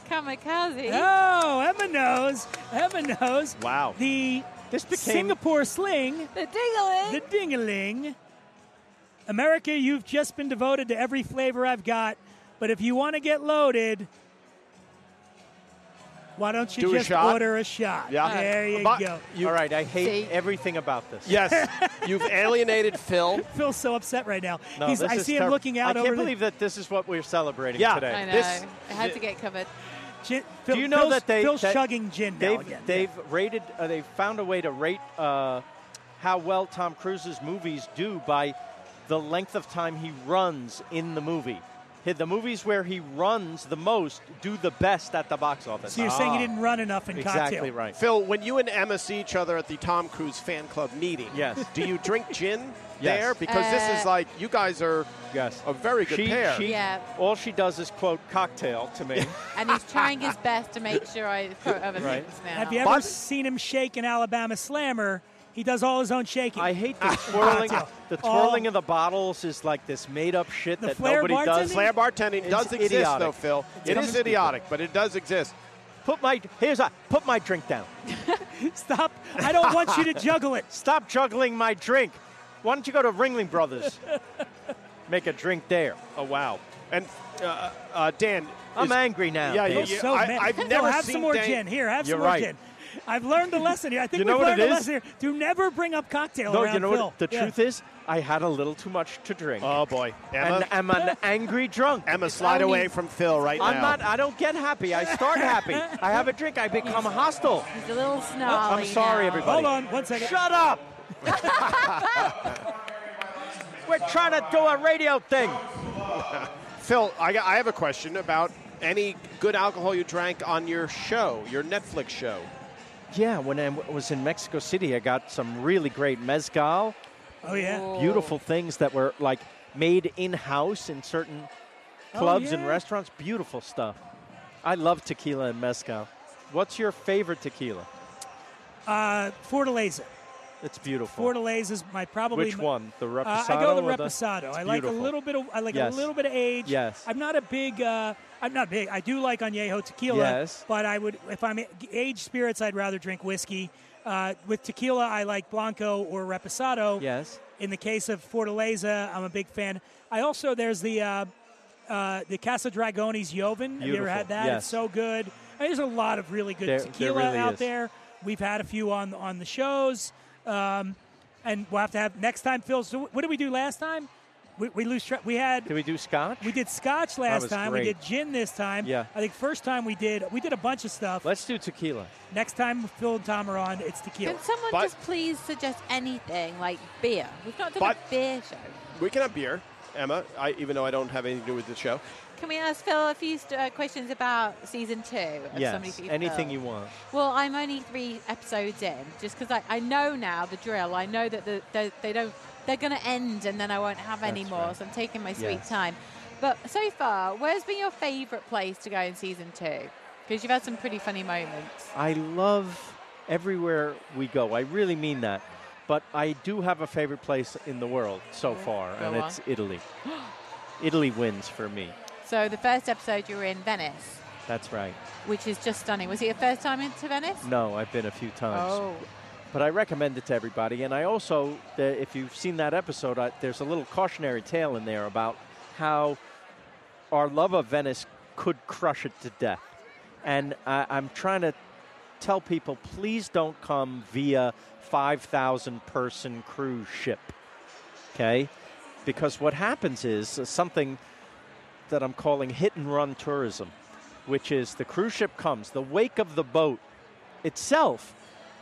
Kamikaze.
oh, Emma knows, Emma knows.
Wow.
The
This became
Singapore sling,
The dingaling.
the dingaling. America, you've just been devoted to every flavor I've got, but if you want to get loaded, why don't you
Do a
just
shot?
order a shot?
Yeah.
There you
But-
go.
You, All right, I hate
See?
everything about this.
Yes, you've alienated Phil.
Phil's so upset right now.
No,
He's,
this
I
is
see him
terrible.
looking out
I
over
can't
the-
believe that this is what we're celebrating
Yeah.
today.
I know.
This-
I had to get covered.
Gin, Phil,
Do you know
Phil's-
that they
Phil's
that
chugging gin now
They've,
again.
they've rated. Uh, they've found a way to rate uh, how well Tom Cruise's movies do by the length of time he runs in the movie. Hi- The movies where he runs the most do the best at the box office.
So you're saying
Ah,
he didn't run enough in cocktail?
Ah, exactly right.
Phil, when you and Emma see each other at the Tom Cruise fan club meeting,
Yes.
do you drink gin
*laughs* Yes.
there? Because this is
Uh,
like you guys are
Yes.
a very good
she,
pair.
she-
Yeah.
All she does is quote cocktail to
*laughs*
me. *laughs*
And he's trying his best to make sure I quote other
Right.
things now.
Have you ever
But-
seen him shake an Alabama slammer He does all his own shaking.
I hate the twirling.
Ah, Cocktail.
the
Oh.
twirling of the bottles is like this made-up shit
The
that
flair
nobody does.
bartending?
Flair bartending
It's
does exist,
idiotic.
though, Phil. It
comes
is
to people.
idiotic, but it does exist.
Put my here's a put my drink down.
Stop. I don't want
*laughs*
you to juggle it.
Stop juggling my drink. Why don't you go to Ringling Brothers?
*laughs*
Make a drink there.
Oh wow! And uh, uh, Dan,
I'm
is-
angry now.
Yeah,
Dave.
you-
So
I-
mad.
I've
Phil,
never
have
seen
some more
Dan-
gin. Here, have
You're
some more
right.
gin. I've learned a lesson here. I think
You know
we've
what
learned
it
a
is?
lesson here. Do never bring up cocktail
No,
around
you know
Phil.
what? The
Yeah.
truth is, I had a little too much to drink,
Oh boy,
and
Emma, *laughs*
I'm an angry drunk.
Emma, slide
I
away
mean,
from Phil right
I'm
now.
not. I don't get happy. I start happy. I have a drink. I become hostile.
He's a little snarly.
sorry,
now.
everybody.
Hold on, one second.
*laughs*
Shut up! We're trying to do a radio thing.
Phil, I, got- I have a question about any good alcohol you drank on your show, your Netflix show.
Yeah, when I w- was in Mexico City, I got some really great mezcal,
Oh yeah.
Oh.
beautiful things that were like made in house in certain clubs and
Oh, yeah.
restaurants. Beautiful stuff. I love tequila and mezcal. What's your favorite tequila?
Uh, Fortaleza.
It's beautiful.
Fortaleza is my probably.
Oh. Which
my-
one? The reposado.
Uh, I go the
or
reposado.
It's
I like a
beautiful.
little bit of I like
Yes.
a little bit of age.
Yes.
I'm not a big. Uh, I'm not big. I do like añejo tequila.
Yes.
But I would if I'm aged spirits, I'd rather drink whiskey. Uh, with tequila, I like blanco or reposado.
Yes.
In the case of Fortaleza, I'm a big fan. I also there's the uh, uh, the Casa Dragones Joven. Have you ever
Beautiful.
had that?
Yes.
It's so good. I mean, there's a lot of really good
There- there
tequila
really
out
is.
there. We've had a few on on the shows, um, and we'll have to have next time. Phil, so what did we do last time? We, we lose track. We had
Did we do scotch?
we did Scotch last
was
time.
great.
We did gin this time.
Yeah.
I think first time we did we did a bunch of stuff.
Let's do tequila.
next time Phil and Tom are on, it's tequila.
Can someone
But-
just please suggest anything like beer? We've not done
But-
a beer show.
We can have beer, Emma. I, even though I don't have anything to do with the show.
Can we ask Phil a few st- uh, questions about season two? Of Somebody
Yes.
Feed
Anything
Phil?
you want.
Well, I'm only three episodes in, just because I, I know now the drill. I know that the, the, they don't they're going to end, and then I won't have any
That's
more.
right.
So I'm taking my sweet
Yes.
time. But so far, where's been your favourite place to go in season two? Because you've had some pretty funny moments.
I love everywhere we go. I really mean that. But I do have a favorite place in the world so far,
Go
and
on.
it's
*gasps*
Italy. Italy wins for me.
So the first episode you were in Venice,
That's right.
which is just stunning. Was it your first time into Venice?
No, I've been a few times.
Oh,
But I recommend it to everybody. And I also, the, if you've seen that episode, I, there's a little cautionary tale in there about how our love of Venice could crush it to death. And I, I'm trying to tell people please don't come via 5,000 person cruise ship. Okay? Because what happens is uh, something that I'm calling hit and run tourism, which is the cruise ship comes, the wake of the boat itself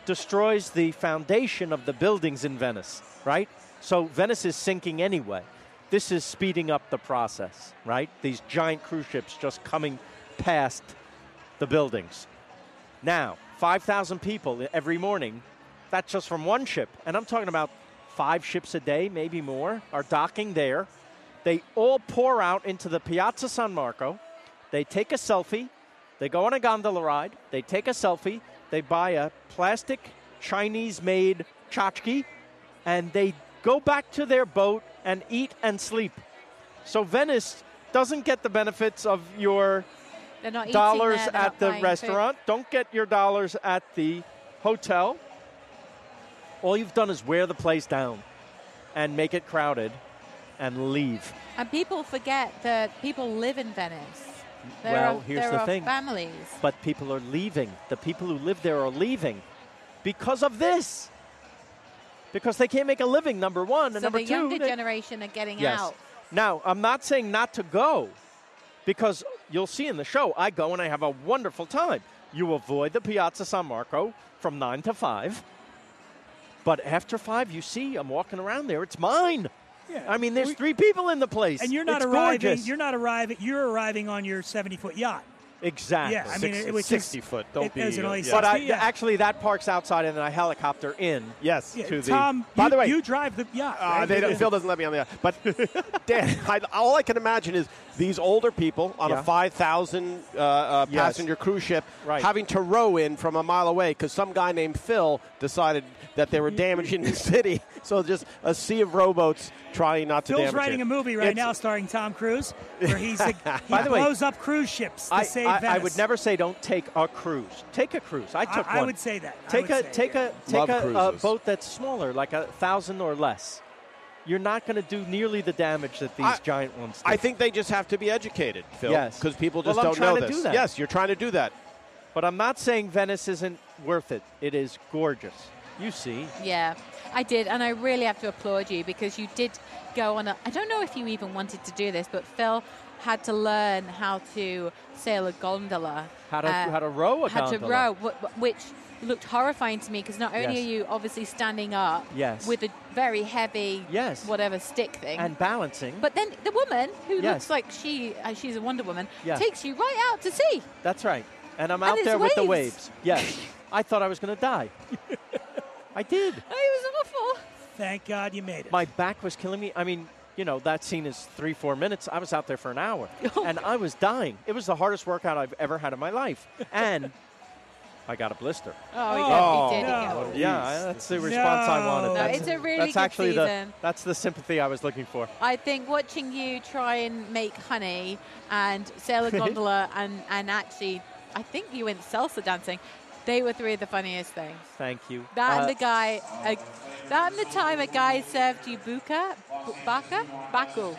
destroys the foundation of the buildings in Venice, right? So Venice is sinking anyway. This is speeding up the process, right? These giant cruise ships just coming past the buildings. Now, 5,000 people every morning, that's just from one ship. And I'm talking about five ships a day, maybe more, are docking there. They all pour out into the Piazza San Marco. They take a selfie. They go on a gondola ride. They take a selfie. They buy a plastic Chinese made tchotchke. And they go back to their boat and eat and sleep. So Venice doesn't get the benefits of your
they're not eating
dollars
there, they're
at
not
the
buying food.
restaurant. Don't get your dollars at the hotel. All you've done is wear the place down and make it crowded and leave.
And people forget that people live in Venice. There
Well,
are,
here's
there
the
are
thing.
families.
But people are leaving. The people who live there are leaving because of this. Because they can't make a living, number one. And
so
number
the
two,
younger
they-
generation are getting
Yes.
out.
Now, I'm not saying not to go because you'll see in the show, I go and I have a wonderful time. You avoid the Piazza San Marco from 9 to 5. But after 5, you see, I'm walking around there. It's mine.
Yeah.
I mean, there's
We-
three people in the place.
and you're not
it's
arriving.
Gorgeous.
You're not arriving. You're arriving on your 70 foot yacht.
exactly.
Yeah, I mean,
Six-
it was just-
60 foot. Don't
it-
be.
it was an only
yeah.
uh, but I,
60, yeah.
actually, that park's outside, and then I helicopter in.
yes.
Yeah,
to the-
Tom,
By
you,
the way-
you drive the yacht.
Uh,
right?
*laughs*
they don't, Phil doesn't let me on the. But Dan, I, all I can imagine is these older people on
Yeah.
a 5,000 uh, uh,
Yes.
passenger cruise ship
Right.
having to row in from a mile away because some guy named Phil decided that they were damaging the city. *laughs* So just a sea of rowboats trying not to
Phil's
damage
writing
it.
a movie right
It's-
now starring Tom Cruise, where
*laughs*
he's a, he
By the way,
blows up cruise ships to
I,
save
I,
Venice.
I would never say don't take a cruise. Take a cruise. I
I-
took
I
one.
would say that. I
Take
would
a
say,
take
yeah.
a take
Love
a, a
cruises.
boat that's smaller, like a thousand or less. You're not going to do nearly the damage that these
I-
giant ones. Do.
I think they just have to be educated, Phil.
Yes.
Because people
Well,
just
I'm
don't
trying
know
to
this.
do that.
Yes, you're trying to do that.
but I'm not saying Venice isn't worth it. It is gorgeous. You see,
Yeah, I did, and I really have to applaud you because you did go on. A, I don't know if you even wanted to do this, but Phil had to learn how to sail a gondola,
How to- how to row a
how
gondola.
to row, wh- wh- which looked horrifying to me because not only
Yes.
are you obviously standing up,
Yes.
with a very heavy,
Yes.
whatever stick thing,
and balancing.
but then the woman who
Yes.
looks like she uh, she's a Wonder Woman
Yeah.
takes you right out to sea.
That's right. And I'm
And
out
it's
there with the
waves.
waves.
*laughs*
Yes. I thought I was going to
*laughs*
die. I did.
Oh, It was awful.
Thank God you made it.
My back was killing me. I mean, you know, that scene is three, four minutes. I was out there for
*laughs*
an hour
Oh,
and I was dying. It was the hardest workout I've ever had in
*laughs*
my life. And I got a blister.
Oh,
Oh,
yeah, he did. he
no.
got-
Yeah, that's the response I wanted.
No.
No,
That's,
it's a really
that's
good
actually
season.
the that's the sympathy I was looking for.
I think watching you try and make honey and sail a gondola and, and actually, I think you went salsa dancing. They were three of the funniest things.
Thank you.
That
Uh,
and the guy, uh, that and the time a guy served you buka, bu- baka, baku.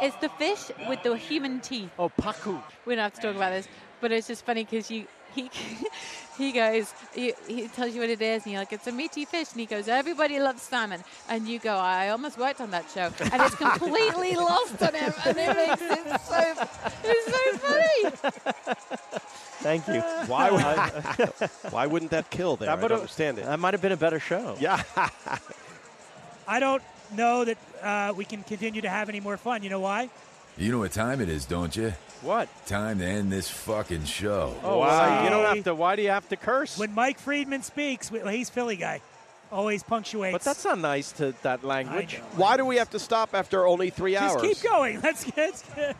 It's the fish with the human teeth.
oh, Paku.
We don't have to talk about this, but it's just funny because you. He, *laughs* he goes, he, he tells you what it is, and you're like, it's a meaty fish. And he goes, everybody loves salmon. And you go, I almost worked on that show. And it's completely lost on him. And it makes it so, it's so funny.
*laughs*
Thank you. *laughs*
Why would, *laughs* why wouldn't that kill there? I don't
would've-
understand it.
That might have been a better show.
yeah.
I don't know that uh, we can continue to have any more fun. You know why?
You know what time it is, don't you?
What?
Time to end this fucking show.
Oh,
Wow.
well, you don't have to. Why do you have to curse?
When Mike Friedman speaks, well, he's Philly guy, always punctuates.
but that's not nice to that
I
language.
know.
Why do we have to stop after only three
Just
hours?
keep going. *laughs* Let's get. let's get-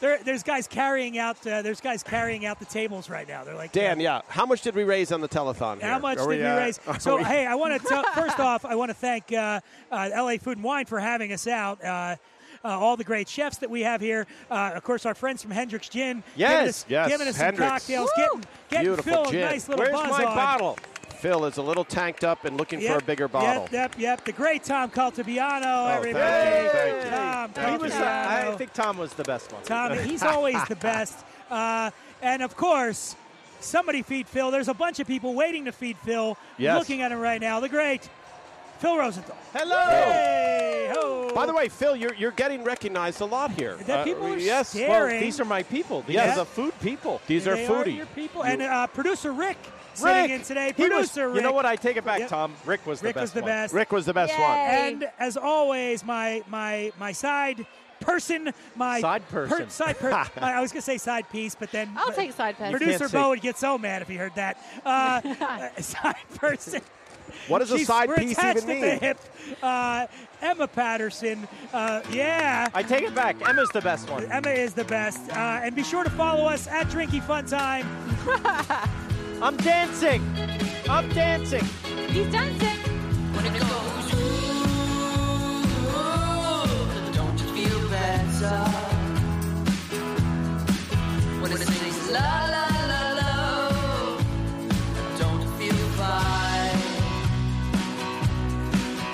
there, there's guys carrying out. Uh, there's guys carrying out the tables right now. They're like
Dan,
uh,
yeah. How much did we raise on the telethon?
How
here?
much
Are
did we
uh, *laughs*
raise?
are
So
we-
hey, I want to tell, first off, I want to thank uh, uh, LA Food and Wine for having us out. Uh, uh, all the great chefs that we have here, uh, of course, our friends from Hendrix Gin, giving
Yes,
us,
yes,
giving us
Hendrix.
some cocktails,
Woo!
getting, getting
Beautiful
Phil a
gin.
nice little
Where's
buzz
my
on.
bottle?
Phil is a little tanked up and looking
Yep,
for a bigger bottle.
Yep, yep, yep. The great Tom Caltabiano,
thank you,
everybody.
thank you.
Tom
He was,
Caltabiano.
I think Tom was the best one. *laughs*
Tommy. He's always the best. Uh, and of course, somebody feed Phil. There's a bunch of people waiting to feed Phil.
Yes.
Looking at him right now. The great Phil Rosenthal.
Hello.
Hey ho.
By the way, Phil, you're, you're getting recognized a lot here.
The people are
yes.
Well,
staring.
these are my people. These
Yes.
are the food people.
These are
They
foodie.
your people. and uh, producer Rick,
Rick.
sitting in today.
He
Producer
was,
Rick.
You know what? I take it back,
Yep.
Tom. Rick was the
Rick
best.
was the
one.
best.
Uh, Rick was the best
Yay.
one.
And as always, my my my side person, my
Side person.
side
*laughs*
per- I was gonna say side piece, but then
I'll
but-
take side person.
Producer
can't see.
Bo would get so mad if he heard that.
*laughs*
Uh, *laughs* uh, side person.
What does a
She's-
side
we're
piece
attached
even
at the
mean?
hip. Uh, Emma Patterson. Uh, yeah.
I take it back. Emma's the best one.
Emma is the best. Uh, and be sure to follow us at Drinky Fun Time.
I'm dancing. I'm dancing.
He's dancing.
When it goes, ooh, don't you feel better? When it sings la la la la, don't you feel fine?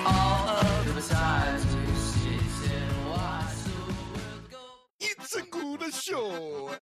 All of the times we sit and watch the world go.
It's a good show.